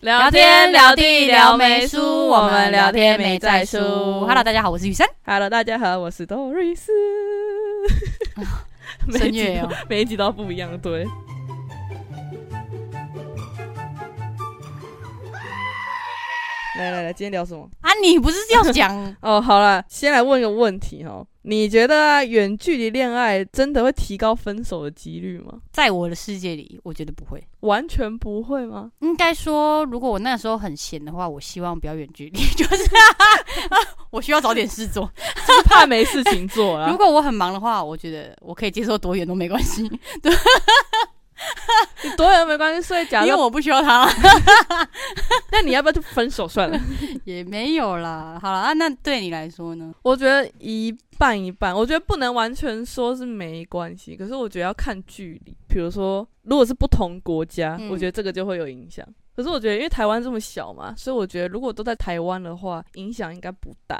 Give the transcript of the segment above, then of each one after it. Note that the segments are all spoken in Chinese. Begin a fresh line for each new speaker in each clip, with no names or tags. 聊天聊地聊没输，我们聊天没在输。
Hello，大家好，我是雨珊。
Hello，大家好，我是多瑞斯。每一
声
集
乐
都
哦
每一集都不一样，对。来来来，今天聊什么？
啊，你不是要讲
哦，好了，先来问一个问题哦，你觉得啊远、距离恋爱真的会提高分手的几率吗？
在我的世界里，我觉得不会。
完全不会吗？
应该说，如果我那时候很闲的话，我希望不要远距离， 就是、我需要找点事做。
就是怕没事情做啊
如。果我很忙的话，我觉得我可以接受多远都没关系，
你多远没关系，所以假
因为
如
我不需要他。
那你要不要就分手算了？
也没有啦，好了啊，那对你来说呢？
我觉得一半一半，我觉得不能完全说是没关系，可是我觉得要看距离。比如说，如果是不同国家，
嗯
我觉得这个就会有影响。可是我觉得，因为台湾这么小嘛，所以我觉得如果都在台湾的话，影响应该不大。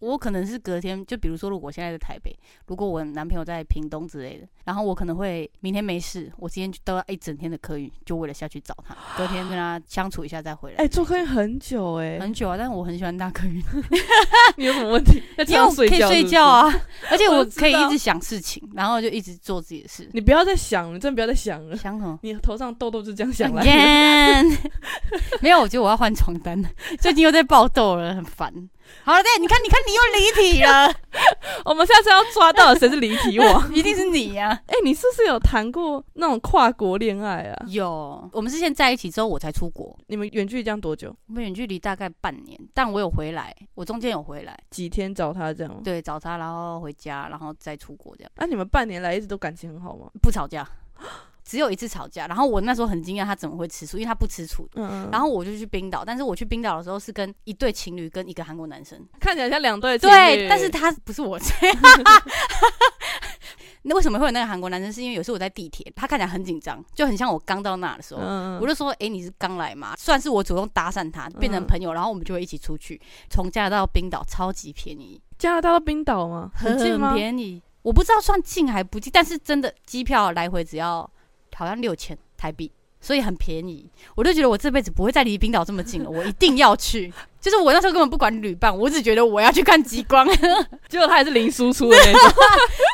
我可能是隔天，就比如说，如果我现在在台北，如果我男朋友在屏东之类的，然后我可能会明天没事，我今天就都要一整天的客运，就为了下去找他，隔天跟他相处一下再回来。
哎、做客运很久哎、
很久啊，但是我很喜欢搭客运，
你有什么问题？在车
因为
上
我可
睡
以
觉
睡
是不是
觉！啊，而且我
知
可以
道
一直想事情，然后就一直做自己 的事。
你不要再想了，你真的不要再想了。
想什么？
你头上痘痘就这样想来 的
Again 没有，我觉得我要换床单了，最近又在爆痘了，很烦。好了，对，你看，你看，你又离 题了，
我们下次要抓到谁是离题 王？
一定是你啊呀、
哎、你是不是有谈过那种跨国恋爱啊？
有，我们是先在一起之后我才出国，
你们远距离这样多久？
我们远距离大概半年，但我有回来，我中间有回来，
几天找他这样吗？
对，找他，然后回家，然后再出国，这样
那、你们半年来一直都感情很好吗？
不 吵架，只有一次吵架。然后我那时候很惊讶他怎么会吃醋，因为他不吃醋。
嗯
然
后
后我就去冰岛，但是我去冰岛的时候是跟一对情侣跟一个韩国男生，
看起来像两对情
对，
侣，
但是他不 是我那为什么会有那个韩国男生？是因为有时候我在地铁，他看起来很紧张，就很像我刚到那的时候，
嗯
我就说，诶，你是刚来嘛？算是我主动搭讪他，变成
嗯
朋友，然后我们就会一起出去，从加拿大到冰岛，超级便宜，
加拿大到冰岛吗？
很
近吗？
便宜。我不知道算近还不近，但是真的机票来回只要好像六千台币，所以很便宜。我就觉得我这辈子不会再离冰岛这么 近了，我一定要去。就是我那时候根本不管旅伴，我只觉得我要去看极光，
结果他也是零输出的那种。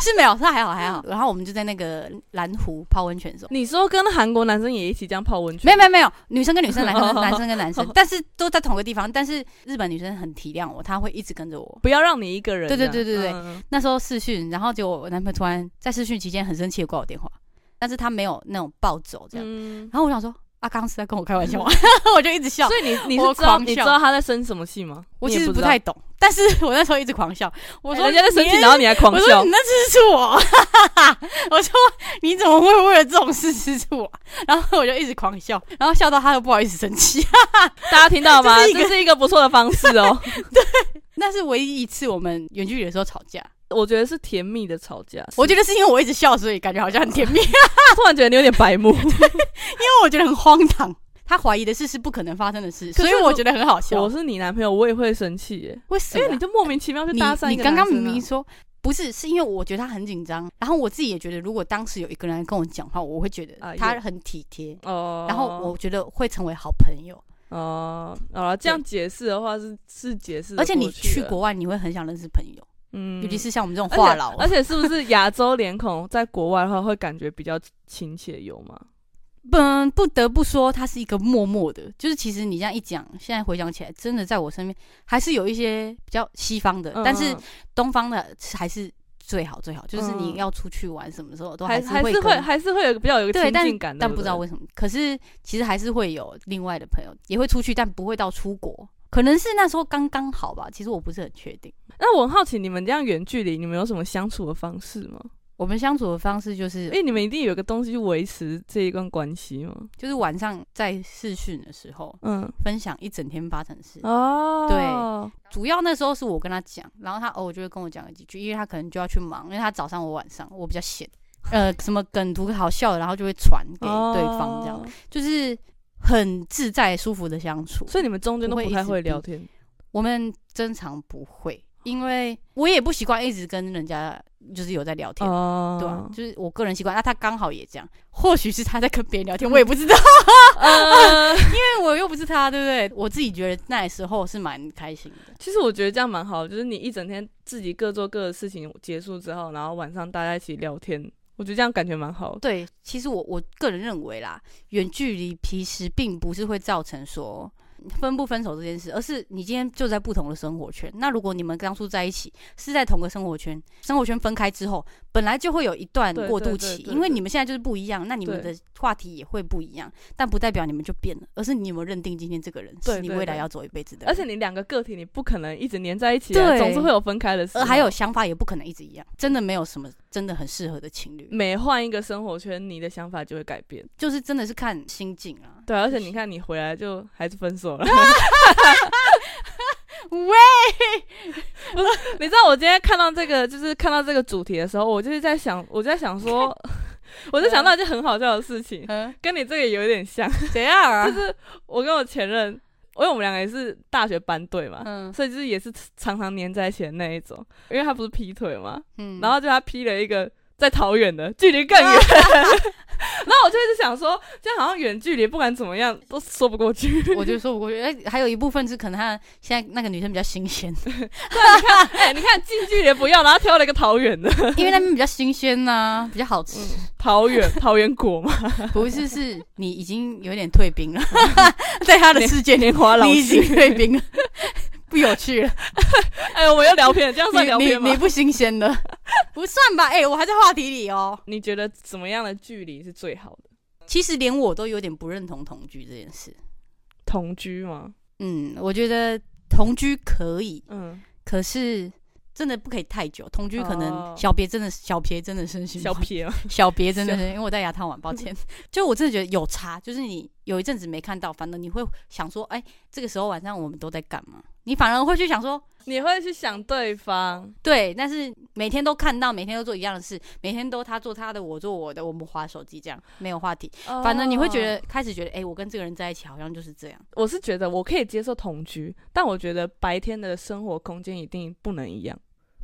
是没有，是还好还好。然后我们就在那个蓝湖泡温泉的时候。
你说跟韩国男生也一起这样泡温泉？
没有没有没有，女生跟女 生，男生跟男生跟男生
哦，
但是都在同个地方。但是日本女生很体谅我，她会一直跟着我。
不要让你一个人这
对
样。
对对对对
嗯
那时候试训，然后结果我男朋友突然在试训期间很生气的挂我电话，但是他没有那种暴走这样。
嗯，
然后我想说，啊，刚刚是在跟我开玩笑 吗？我就一直笑。
所以你你
我
是知道
狂
你知
笑
道他在生什么气吗？
我
你
其
也
实不
知道哎
太懂，但是我那时候一直狂笑。我说
人家在生
你
气，然后你还狂
我
笑
说你，那吃醋我， 我说你怎么会为了这种事吃醋我？然后我就一直狂笑，然后笑到他又不好意思生气。
大家听到吗？
这是一个
这是一个不错的方式哦。
那是唯一一次我们远距离的时候吵架。
我觉得是甜蜜的吵架，
我觉得是因为我一直笑，所以感觉好像很甜 蜜，因为
他突然觉得你有点白目。
我觉得很荒唐。他怀疑的事是不可能发生的事，
可
所
是
以我觉得很好笑
我。是你男朋友，我也会生气耶，
为什
因
么
为
啊？
你就莫名其妙去
你
搭讪一
你
个
刚
男生啊。
刚明明说不是，是因为我觉得他很紧张，然后我自己也觉得，如果当时有一个人来跟我讲话，我会觉
啊
得
有
他很体贴，
哦，
然后我觉得会成为好朋友。
哦，好了，这样解释的话是是解释得
而
过
且
的，
你去国外，你会很想认识朋友，
嗯
尤其是像我们这种
而且
话痨哦
而，且是不是亚洲脸孔在国外的话会感觉比较亲切有吗？
嗯，不得不说，他是一个默默的，就是其实你这样一讲，现在回想起来，真的在我身边还是有一些比较西方的，
嗯
但是
嗯
东方的还是最好最好，就是
嗯
你要出去玩什么时候都
还
是
还是
跟
会还是会有比较有一个
对，
亲
但
近感的，
但
对
不
不
知道
对
为什么，可是其实还是会有另外的朋友也会出去，但不会到出国。可能是那时候刚刚好吧，其实我不是很确定。
那我很好奇，你们这样远距离，你们有什么相处的方式吗？
我们相处的方式就是
因，为你们一定有一个东西去维持这一段关系嘛。
就是晚上在试训的时候
嗯，
分享一整天发生的事。
哦，
对主要那时候是我跟他讲，然后他偶尔就会跟我讲几句，因为他可能就要去忙，因为他早上我晚上我比较闲，呃，什么梗图好笑的，然后就会传给对方，这样、
哦
就是很自在舒服的相处。
所以你们中间都
不会
不
一
太
直
会
逼
聊天
我们正常不会，因为我也不习惯一直跟人家就是有在聊天，
哦，
对啊，就是我个人习惯。那他刚好也这样，或许是他在跟别人聊天，我也 不知道，
呃，
因为我又不是他，对不对？我自己觉得那时候是蛮开心的。
其实我觉得这样蛮好，就是你一整天自己各做各的事情结束之后，然后晚上大家一起聊天，我觉得这样感觉蛮好的。
对，其实我我个人认为啦，远距离其实并不是会造成说分不分手这件事，而是你今天就在不同的生活圈。那如果你们当初在一起是在同个生活圈，生活圈分开之后，本来就会有一段
对
过渡
对
期，
对对
因为
对
你们现在就是不一样，那你们
对
的话题也会不一样，但不代表你们就变了，而是你有没有认定今天这个人
对
是你
对
未来
对
要走一辈子的人
而且你两个个体，你不可能一直黏在一起、啊，
对
总是会有分开的时候。
呃，还有想法也不可能一直一样，真的没有什么真的很适合的情侣，
每换一个生活圈，你的想法就会改变。
就是真的是看心境啊。
对啊，而且你看，你回来就还是分手了。
喂，
你知道我今天看到这个，就是看到这个主题的时候，我就是在想，我就在想说， 我就想到一件很好笑的事情，
嗯，
跟你这个有点 像。
怎样啊？
我跟我前任，因为我们两个也是大学班队嘛，
嗯
所以就是也是常常黏在一起的那一种。因为他不是劈腿嘛，
嗯
然后就他劈了一个在桃园的，距离更 远。然后我就一直想说，这样好像远距离不管怎么样都说不过去。
我就说不过去。哎，还有一部分是可能她现在那个女生比较新鲜，
哎、你看近距离不要，然后挑了一个桃园的，
因为那边比较新鲜呐、比较好吃。
桃园桃园果嘛，
不是，是你已经有点退兵 了，在她的世界里，
年华老
你已经
去。
退兵了， 不有趣了。
哎、我们又聊偏了，这样算聊
你
偏
你
吗
你？不新鲜了， 不算吧？哎、我还在话题里哦。
你觉得怎么样的距离是最好的？
其实连我都有点不认同同居这件事。
同居吗？
嗯，我觉得同居可以，
嗯，
可是真的不可以太久。同居可能
哦
小别真的小别真的身心
小
不
撇嘛。
小别真的是，因为我在牙套玩，抱歉。就我真的觉得有差，就是你有一阵子没看到，反正你会想说，哎、这个时候晚上我们都在干嘛？你反而会去想说，
你会去想对方，
对，但是每天都看到，每天都做一样的事，每天都他做他的，我做我的，我们划手机这样，没有话题。反正你会觉
哦
得开始觉得，哎、我跟这个人在一起好像就是这样。
我是觉得我可以接受同居，但我觉得白天的生活空间一定不能一样。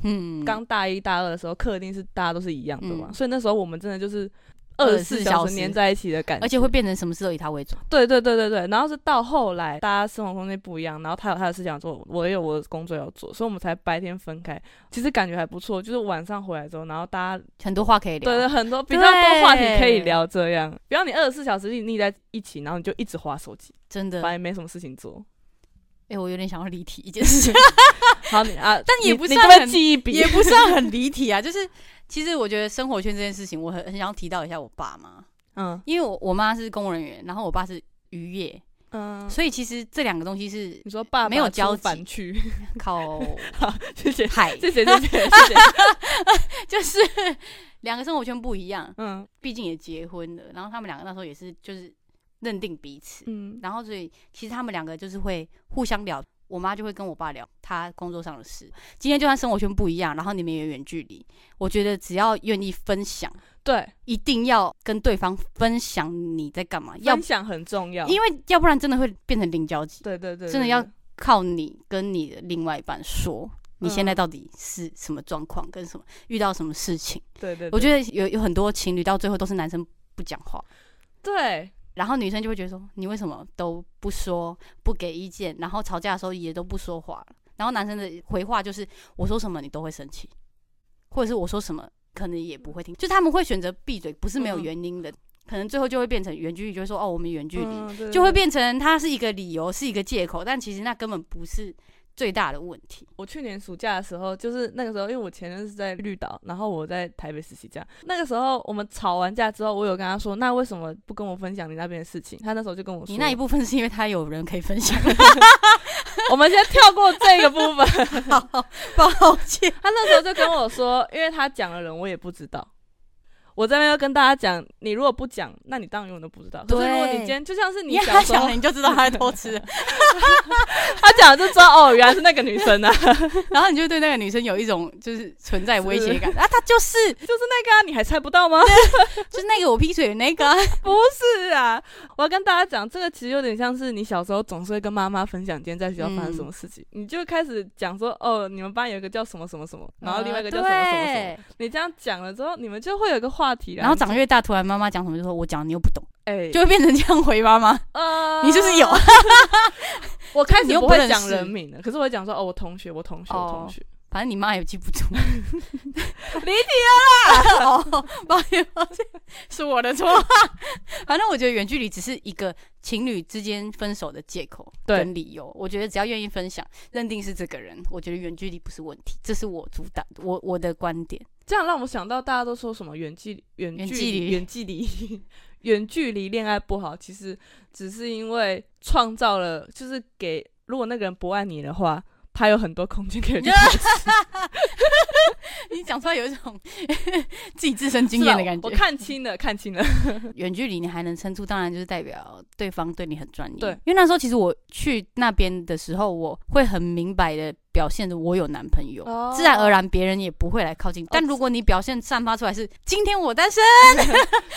嗯，
刚大一大二的时候，课一定是大家都是一样的嘛，
嗯
所以那时候我们真的就是二十
24
四
小
小
时
时黏在一起的感觉，
而且会变成什么事都以他为主。
对对对对对。然后是到后来大家生活空间不一样，然后他有他的事情要做，我也有我的工作要做，所以我们才白天分开。其实感觉还不错，就是晚上回来之后，然后大家
很多话可以聊。
对对很多比较多话题可以
对
聊，这样不要你二十四小时腻腻在一起，然后你就一直划手机，
真的。
反
哎、
正没什么事情 做。
我有点想要离题 一件事，
好，你 啊，
但也
你
不
你
算
这边
很
记一笔，
也不算很离题啊。就是其实我觉得生活圈这件事情，我很很想要提到一下我爸妈，
嗯
因为我我妈是公务人员，然后我爸是渔业，
嗯，
所以其实这两个东 西是
你说爸爸
呃没有交
出
集
反去，
靠
好，谢谢，
海，
谢谢，谢谢，谢 谢，
就是两个生活圈不一样，
嗯
毕竟也结婚了，然后他们两个那时候也是就是认定彼此，
嗯
然后所以其实他们两个就是会互相聊，我妈就会跟我爸聊她工作上的事。今天就算生活圈不一样，然后你们也远距离，我觉得只要愿意分享，
对，
一定要跟对方分享你在干嘛，要
分享很重要，
因为要不然真的会变成零交集，
对对对，
真的
对
要
对
靠你跟你的另外一半说。你现在
嗯
到底是什么状况，跟什么遇到什么事情？
对对，得
我觉得有有很多情侣到最后都是男生不讲话，
对，
然后女生就会觉得说，你为什么都不说，不给意见，然后吵架的时候也都不说话然后男生的回话就是，我说什么你都会生气，或者是我说什么可能也不会听，就他们会选择闭嘴，不是没有
嗯
原因的，可能最后就会变成远距离，就会说哦我们远距离，
嗯对
就会
对
变成它是一个理由，是一个借口，但其实那根本不是最大的问题。
我去年暑假的时候，就是那个时候，因为我前任是在绿岛，然后我在台北实习这样。那个时候我们吵完架之后，我有跟他说，那为什么不跟我分享你那边的事情？他那时候就跟我说，
你那一 部分是因为他有人可以 分享，
我们先跳过这个部分。
好抱歉。
他那时候就跟我说，因为他讲的人我也不知道。我在那边要跟大家讲，你如果不讲，那你当然永远都不知道。可是如果你
对
今天就像是你
你
小
他
时候
想了，你就知道他在偷 吃，
他讲了就知道哦，原来是那个女生啊， 就是
然后你就会对那个女生有一种就是存在威胁 感啊，她就是
那个啊，你还猜不到吗？
就是那个我劈腿的那个啊，
不是啊，我要跟大家讲，这个其实有点像是你小时候总是会跟妈妈分享今天在学校发生
嗯
什么事情，你就会开始讲说哦，你们班有一个叫什么什么什么， 然
啊
后另外一个叫什么什么什么，
么，
你这样讲了之后，你们就会有个话题啦
然后长越大，突然妈妈讲什么就说我讲你又不懂，
哎，
就会变成这样回妈妈，
呃
你是不是有？
我开
你
始
又
不
不
会
认
讲
识哦
人名的，可是我会讲说哦，我同学，我同学，我同学。
反正你妈也记不住。
离
题了啦！ 哦，抱歉抱歉，是我的错。 反正我觉得远距离只是一个情侣之间分手的借口
对
跟理由。我觉得只要愿意分享，认定是这个人，我觉得远距离不是问题。这是我主打我我的观点。
这样让我想到大家都说什么远距远
远
距
距离
离远距离远距离恋爱不好，其实只是因为创造了，就是给如果那个人不爱你的话，他有很多空间可以去
你讲出来有一种 自己自身经
是
验
吧
的感觉
我。看清了，看 清了。
啊远距离你还能撑住，当然就是代表对方对你很专一。
对
因为那时候其实我去那边的时候，我会很明白的表现着我有男朋友，
哦
自然而然别人也不会来靠近。但如果你表现散发出来是今天我单身，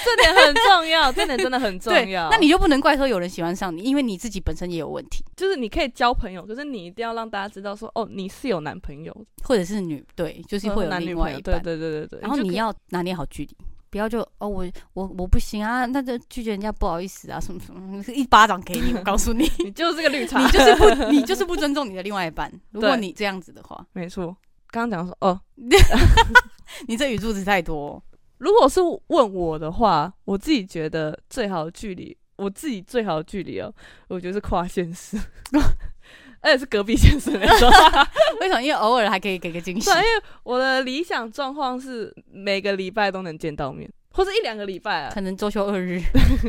这点很重要，这点真的 很重
对，
要。
那你就不能怪说有人喜欢上你，因为你自己本身也有问题，
就是你可以交朋友，可是你一定要让大家知道说，哦，你是有男朋友，
或者是女对，就是会有
哦男女
另
朋
外
友。
一
对
半。
对对对对。
然后
就可
你
以
要拿捏好距离，不要就哦我我我不行啊，那就拒绝人家不好意思啊什么什么，一巴掌给你，我告 诉你。
你就是这个绿茶，
你 就是不，你就是不尊重你的另外一半。如果
对
你这样子 的话，
没错。刚刚讲说，哦，
你这语助词太多、
如果是问我的话，我自己觉得最好的距离，我自己最好的距离哦，我觉得是跨县市， 而且是隔壁县市那种。
为什么？因为偶尔还可以给个惊喜
对，。因为我的理想状况是每个礼拜都能见到面，或者一两个礼拜啊，
可能周休二日，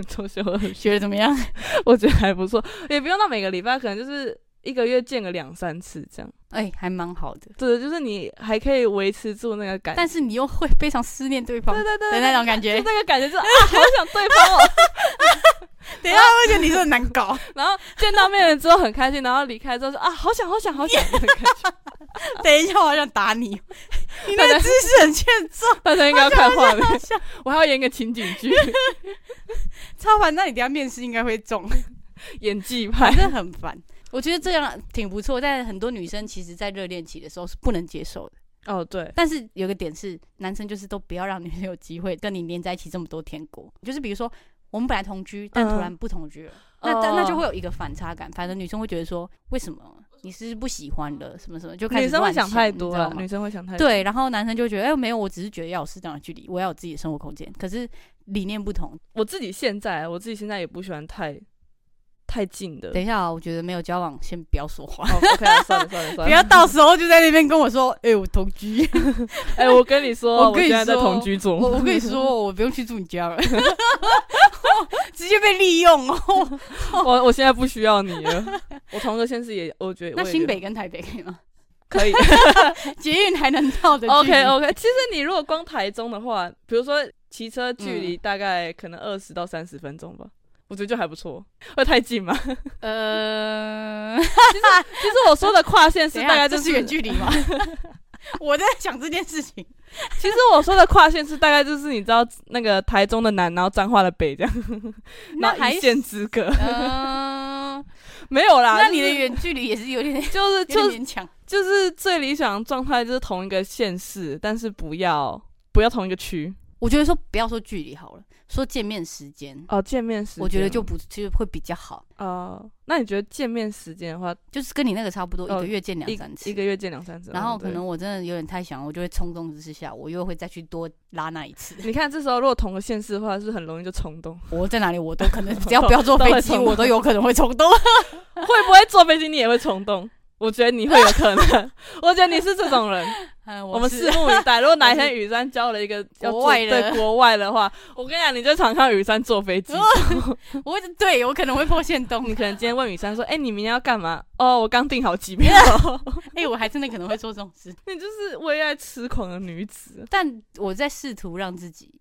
周休二日，
觉得怎么样？
我觉得还不错，也不用到每个礼拜，可能就是一个月见个两三次这样。
哎、还蛮好的。
对，就是你还可以维持住那个感
但是你又会非常思念对方
对对对
的
对，
那种感觉
就。那个感觉就是 啊，好想对方哦。
等一下，我觉得你是很难 搞，
然后见到面了之后很开心，然后离开之后说啊，好想好想好想，那个感觉
等一下，我好想打你。 你那个姿势很欠揍，
大家应该要看画面
好，像
我还要演个情景 剧，
超烦。那你等一下面试应该会 中，
演技
反
派。
正很烦。我觉得这样挺不错，但很多女生其实，在热恋期的时候是不能接受的。
哦，对，
但是有个点是，男生就是都不要让女生有机会跟你连在一起这么多天过。就是比如说，我们本来同居，但突
嗯
然不同居了，那那
哦
那就会有一个反差感。反正女生会觉得说，为什么你是不是不喜欢了，什么什么，就开始
女生会
乱
想太多
了
了，，女生会想太多。
对，然后男生就觉得，哎、没有，我只是觉得要有适当的距离，我要有自己的生活空间。可是理念不同。
我自己现在，我自己现在也不喜欢太太近的。
等一下、啊，我觉得没有交往，先不要说 话，
哦 OK，啊算了算了
不
算了。
要到时候就在那边跟我说，哎、我同居。
哎，我跟你说，
我
我
跟你
现在在
说
同居中
我。我跟 你说，我不用去住你家了， 直接被利用哦。
我我现在不需要你了。 我同个县市也，我觉得
那
我也
新
觉得
北跟台北可以吗？
可 以。
捷运还能到的距离
OK 哦 OK，其实你如果光台中的话，比如说骑车距离大概可能二十到三十分钟吧，我觉得就还不错。会太近 吗？其
呃，
实我说的跨县市
等一
大
下
概
这
就是
远距离吗？ 我在想这件事情，
其实我说的跨县市大概就是你知道那个台中的南，然后彰化的北 这样，然
那
后
还
一线之隔。
嗯、
没有啦，
那你的
呃就是
远距离也是有点
就是
有
就是
点勉强。
就是最理想的状态就是同一个县市，但是不要不要同一个区
我觉得说不要说距离好了，说见面时间，
哦。见面时间
我觉得就不就会比较好，
哦，那你觉得见面时间的话，
就是跟你那个差不多，一
哦
个月见两
一
三次
一。个月见两三次，哦
然后
对
可能我真的有点太想，我就会冲动之下，我又会再去多拉那一 次。
你看，这时候如果同个县市的话，是不是很容易就冲动。
我在哪里，我都可能只要不要坐
都
飞
会
机，
冲动
我都有可能会 冲动。
会不会坐飞机你也会冲动？我觉得你会有可能， 我觉得你是这种人。
嗯，
我
我
们
是
拭目以 待。如果哪一天雨山交了一个要
国
坐
外的
对国外的话，我跟你讲，你就常看雨山坐飞 机。
我会对我可能会破线 洞
你。可能今天问雨山说：“哎、你明天要干嘛？”哦，我刚订好机 票。
哎、我还真的可能会做这种事，
你就是为爱痴狂的女子。
但我在试图让自己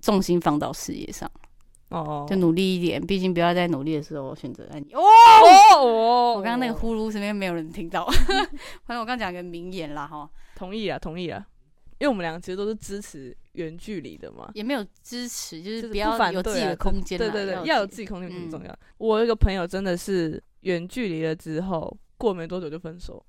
重心放到事业上，
哦，
就努力一点。毕竟不要在努力的时候选择爱你。哦，
哦哦，
我刚刚那个呼噜身边没有人听 到，反正我刚讲一个名言啦哈，
同意啊，同意啊，因为我们两个其实都是支持远距离的嘛，
也没有支持，就是
就是
不要
反
有自
对
己
啊
的空间啦，
对对对，要有自
己
己空间很重
嗯
要。我有一个朋友真的是远距离了之后，过没多久就分手。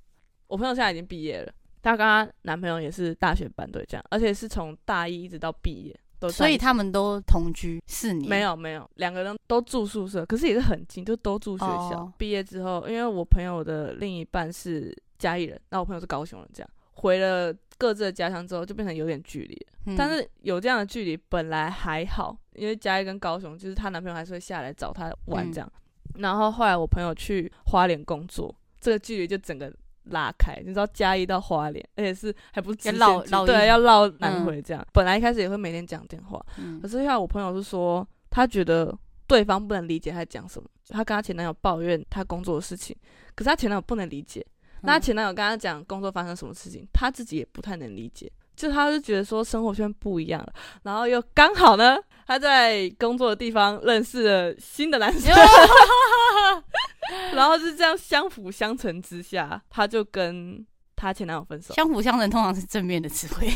我朋友现在已经毕业了，她跟她男朋友也是大学班对这样，而且是从大一一直到毕业都在
所以
一起
他们都同居四年，
没有没有两个人都住宿舍，可是也是很近，就都住学校。
哦
毕业之后，因为我朋友的另一半是嘉义人，那我朋友是高雄人，这样回了各自的家乡之后，就变成有点距离了。
嗯，
但是有这样的距离本来还好，因为嘉义跟高雄，就是她男朋友还是会下来找她玩
嗯
这样。然后后来我朋友去花莲工作，这个距离就整个拉开。你知道嘉义到花莲，而且是还不是直线
绕
距
绕一
对，
圈
要绕南回这样。本来一开始也会每天讲电话，
嗯
可是后来我朋友是说，她觉得对方不能理解她讲什么，她跟她前男友抱怨她工作的事情，可是她前男友不能理解。
嗯
那她前男友跟她讲工作发生什么事情，她自己也不太能理解，就她就觉得说生活圈不一样了，然后又刚好呢，她在工作的地方认识了新的男 生，然后是这样相辅相成之下，她就跟她前男友分 手。
相辅相成通常是正面的词 汇，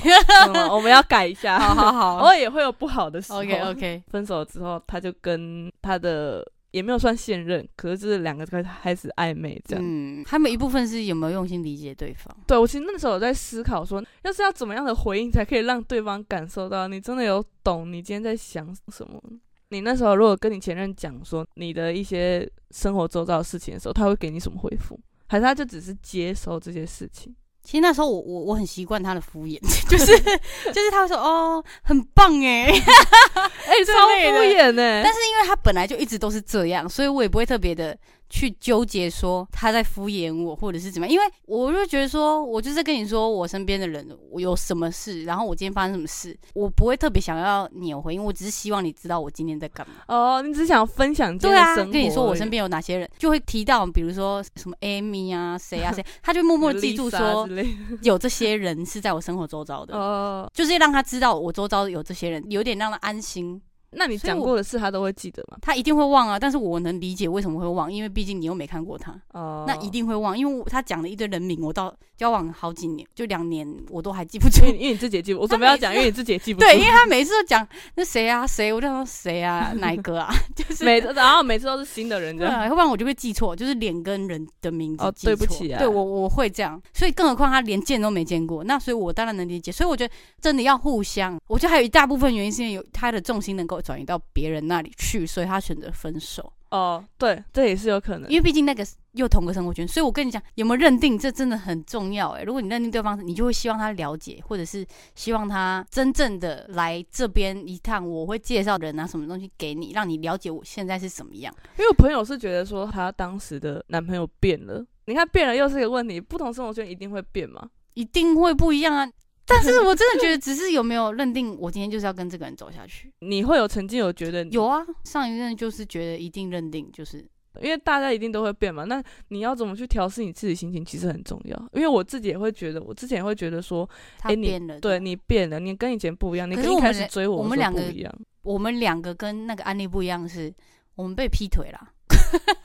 哦
嗯我们要改一下，
好好
偶
好
尔也会有不 好的时候。
，OK OK，
分手之后，他就跟他的也没有算现任，可是就是两个开始开始暧昧这样。
嗯，他们一部分是有没有用心理解对方，
对我其实那时候有在思考说，要是要怎么样的回应才可以让对方感受到你真的有懂你今天在想什么。你那时候如果跟你前任讲说你的一些生活周遭的事情的时候，他会给你什么回复？还是他就只是接收这些事情？
其实那时候我我我很习惯他的敷衍， 就是就是他会说哦很棒哎，
哎、超
类的
敷衍呢、
但是因为他本来就一直都是这样，所以我也不会特别的去纠结说他在敷衍我或者是怎么样，因为我就觉得说我就是在跟你说我身边的人我有什么事，然后我今天发生什么事，我不会特别想要你有回应，我只是希望你知道我今天在干嘛。
哦，你只想分享你今
对
天的
啊，
生活而已。欸
跟你说我身边有哪些人，就会提到比如说什么 Amy 啊，谁啊谁，他就默默地记住
Lisa
说
之类的
有这些人是在我生活周遭的，
哦，
就是让他知道我周遭有这些人，有点让他安心。
那你
所以
讲
我
过的事他都会记得吗？
他一定会忘啊，但是我能理解为什么会忘，因为毕竟你又没看过他，
哦，
那一定会忘，因为我他讲了一堆人名，我到交往好几年，就两年，我都还记不住
因。为因为你自己也记不，我准备要讲，因为你自己也记不住。
对，因为他每次都讲那谁啊谁，我就想说谁啊 哪一个啊，就是
每次然后每次都是新的人， 这
对
样
啊，要不然我就会记错，就是脸跟人的名字
哦
记错。
对不起啊
对我我会这样，所以更何况他连见都没见过，那所以我当然能理解。所以我觉得真的要互相，我觉得还有一大部分原因是因为有他的重心能够转移到别人那里去，所以他选择分手，
哦，对，这也是有可能
因。为毕竟那个又同个生活圈。所以我跟你讲，有没有认定这真的很重要、欸？如果你认定对方，你就会希望他了解，或者是希望他真正的来这边一趟，我会介绍人啊什么东西给你，让你了解我现在是什么样。
因为我朋友是觉得说她当时的男朋友变了，你看变了又是一个问题，不同生活圈一定会变嘛。
一定会不一样啊。但是我真的觉得，只是有没有认定我今天就是要跟这个人走下去？
你会有曾经有觉得你
有，啊，上一任就是觉得一定认定就是
因为大家一定都会变嘛。那你要怎么去调试你自己心情，其实很重要。因为我自己也会觉得，我之前也会觉得说，
他
诶你
变了。
对，你变了，你跟以前不一样，你
可
跟
是
一
我
开
们
始追我
我
的
们
时候
两个
不一样。
我们两个跟那个案例不一样是，我们被劈腿啦，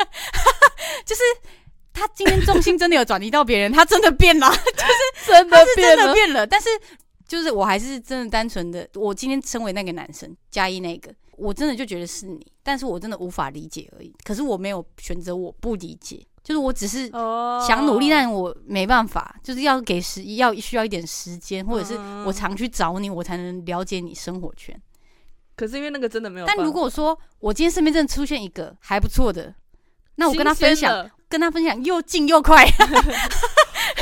就是他今天重心真的有转移到别人，他真的变了。
真
他是真的变了，但是就是我还是真的单纯的，我今天身为那个男生加一那个，我真的就觉得是你，但是我真的无法理解而已。可是我没有选择，我不理解，就是我只是
哦，
想努力，但我没办法，就是要给时要需要一点时间，或者是
嗯
我常去找你，我才能了解你生活圈。
可是因为那个真的没有办
但
法。
如果说我今天身边真的出现一个还不错的，那我跟他分
新鲜
享，
的
跟他分享又近 又快，哦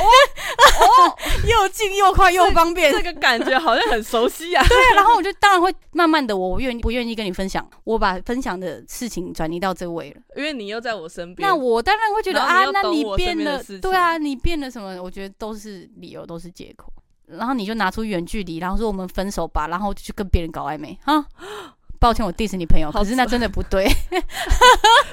哦
又近又快又方便，
这个感觉好像很熟悉啊。
对，然后我就当然会慢慢的，我愿意不愿意跟你分享，我把分享的事情转移到这位了。
因为你又在我身边，
那我当然会觉得
然后你
啊，
又
那
懂
你
我身
变
边的
了
事，
对啊，你变了什么？我觉得都是理由，都是借口。然后你就拿出远距离，然后说我们分手吧，然后就去跟别人搞暧昧啊， 抱歉，我 diss 你朋友，
好
可是那真的不对。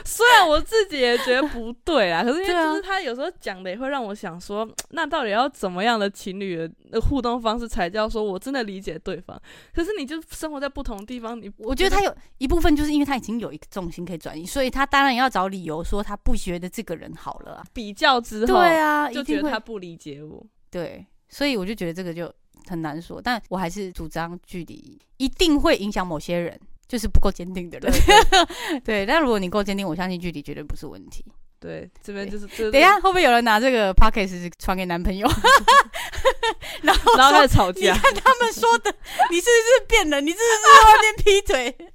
虽然我自己也觉得不对啦，可是因为
对啊
就是他有时候讲的也会让我想说，那到底要怎么样的情侣的呃互动方式才叫说我真的理解对方？可是你就生活在不同地方，你
我觉得他有一部分就是因为他已经有一个重心可以转移，所以他当然要找理由说他不觉得这个人好了、啊。
比较之后，
对啊，一
就觉得
定会
他不理解我。
对，所以我就觉得这个就很难说，但我还是主张距离一定会影响某些人，就是不够坚定的人。 对，但如果你够坚定，我相信距离绝对不是问题。
对，这边
对
就是这
等一下，会不会有人拿这个 p o c k e t 传给男朋友， 然后
然后
说
开始吵
你
架，
看他们说的，你是不是变了？你是不是在外面劈腿？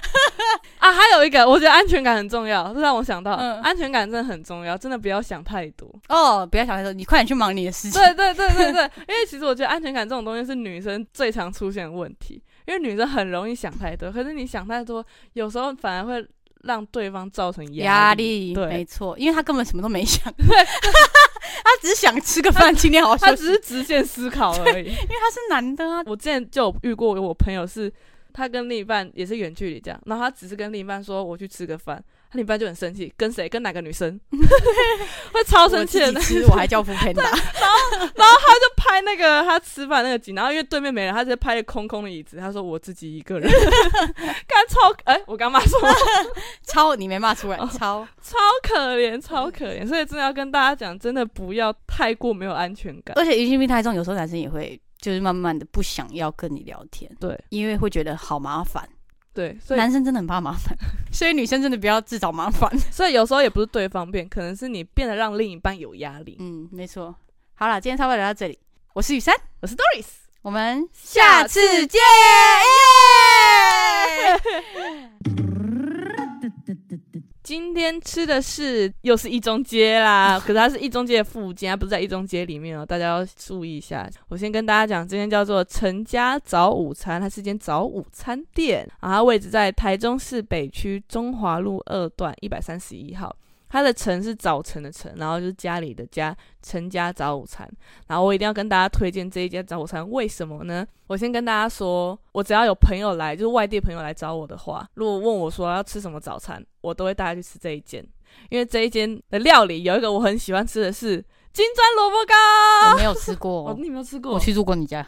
啊，还有一个，我觉得安全感很重要，这让我想到、
嗯
安全感真的很重要，真的不要想太多。
哦，不要想太多，你快点去忙你的事 情。
对对对对对，因为其实我觉得安全感这种东西是女生最常出现的问题，因为女生很容易想太多，可是你想太多，有时候反而会让对方造成
压
力。
力，
对
没错，因为他根本什么都没 想，他只是想吃个饭，今天好好
他
休
只
息。
是直线思考 而已。
因为他是男的啊，
我之前就有遇过我朋友是，他跟另一半也是远距离这样，然后他只是跟另一半说我去吃个饭，他另一半就很生气，跟谁跟哪个女生， 会超生气的
我
那
自
种。
己吃，我还叫副 片打。
然后他就拍那个他吃饭那个景，然后因为对面没人，他直接拍空空的椅子。他说我自己一个人， 看超哎、我刚骂什么？
超你没骂出来，超
超可怜，超可怜。所以真的要跟大家讲，真的不要太过没有安全感。
而且疑心病太重，有时候男生也会就是慢慢的不想要跟你聊天，
对
因为会觉得好麻烦。
对，所以
男生真的很怕麻烦， 所以女生真的不要自找麻 烦。
所以有时候也不是对方变，可能是你变得让另一半有压力。
嗯，没错。好啦，今天差不多聊到这里，我是雨珊，
我是 Doris，
我们
下次
见。
今天吃的是又是一中街啦， 可是它是一中街的附近，它不是在一中街里面哦，大家要注意一下。我先跟大家讲，这间叫做陈家早午餐，它是间早午餐店，然后它位置在台中市北区中华路二段一百三十一号。它的晨是早晨的晨，然后就是家里的家，陈家早午餐。然后我一定要跟大家推荐这一家早午餐，为什么呢？我先跟大家说，我只要有朋友来，就是外地朋友来找我的话，如果问我说要吃什么早餐，我都会带他去吃这一间，因为这一间的料理有一个我很喜欢吃的是金砖萝卜糕。
我没有吃过
哦，，你没有吃过？
我去住过你 家。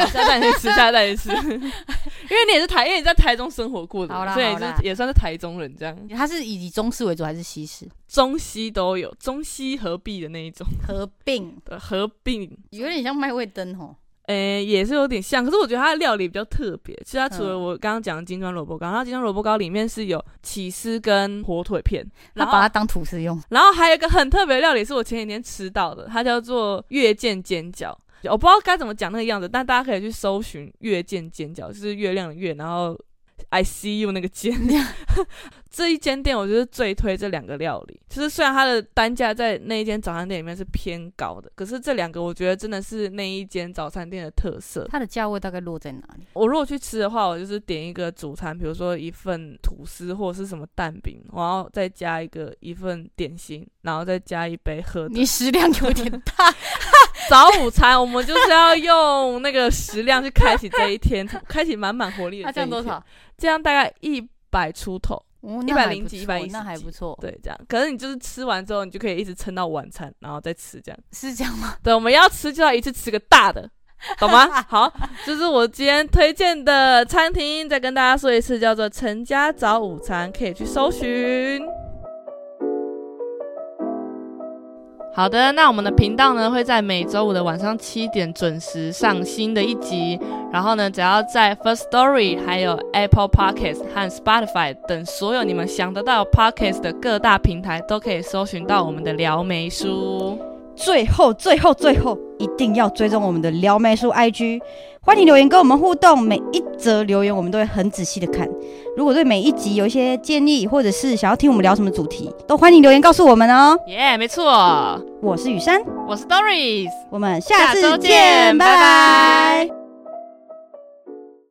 好，下次带你去吃，下次带你去吃， 因为你也是台，因为你在台中生活过的
好
嘛，
啦
所以
好
就
啦
是也算是台中人这样，
它是以中式为主还是西式？
中西都有，中西合璧的那一种，
合并，
对合并
有点像麦味登哦吼。
诶、也是有点像，可是我觉得它的料理比较特别。其实它除了
嗯
我刚刚讲的金砖萝卜糕，它金砖萝卜糕里面是有起司跟火腿片，
他
然
把它
后
当吐司用，
然后还有一个很特别的料理是我前几天吃到的，它叫做月见煎饺。我不知道该怎么讲那个样子，但大家可以去搜寻“月见煎饺”，就是月亮的月，然后 I see you 那个煎。 这一间店我就是最推这两个料理，就是虽然它的单价在那一间早餐店里面是偏高的，可是这两个我觉得真的是那一间早餐店的特色。
它的价位大概落在哪里？
我如果去吃的话，我就是点一个主餐，比如说一份吐司或者是什么蛋饼，然后再加一个一份点心，然后再加一杯喝的。
你食量有点 大，
早午餐我们就是要用那个食量去开启 这一天，开启满满活力的。
它这样多少？？
这样大概一百出头，
哦，
100
那还
零
不
几
错
110
那还不错，
对，这样。可是你就是吃完之后，你就可以一直撑到晚餐，然后再吃这样。
是这样吗？
对，我们要吃就要一次吃个大的，懂吗？好，这是我今天推荐的餐厅，再跟大家说一次，叫做陈家早午餐，可以去搜寻。好的，那我们的频道呢会在每周五的晚上七点准时上新的一集。然后呢，只要在 First Story、还有 Apple Podcast 和 Spotify 等所有你们想得到 Podcast 的各大平台，都可以搜寻到我们的撩梅书。
最后，最后，最后，一定要追踪我们的撩妹叔 IG，欢迎留言跟我们互动，每一则留言我们都会很仔细的看。如果对每一集有一些建议，或者是想要听我们聊什么主题，都欢迎留言告诉我们哦。
耶没错，
我是雨珊，
我是 Doris。
我们下次
下周
见，
见拜
拜
拜
拜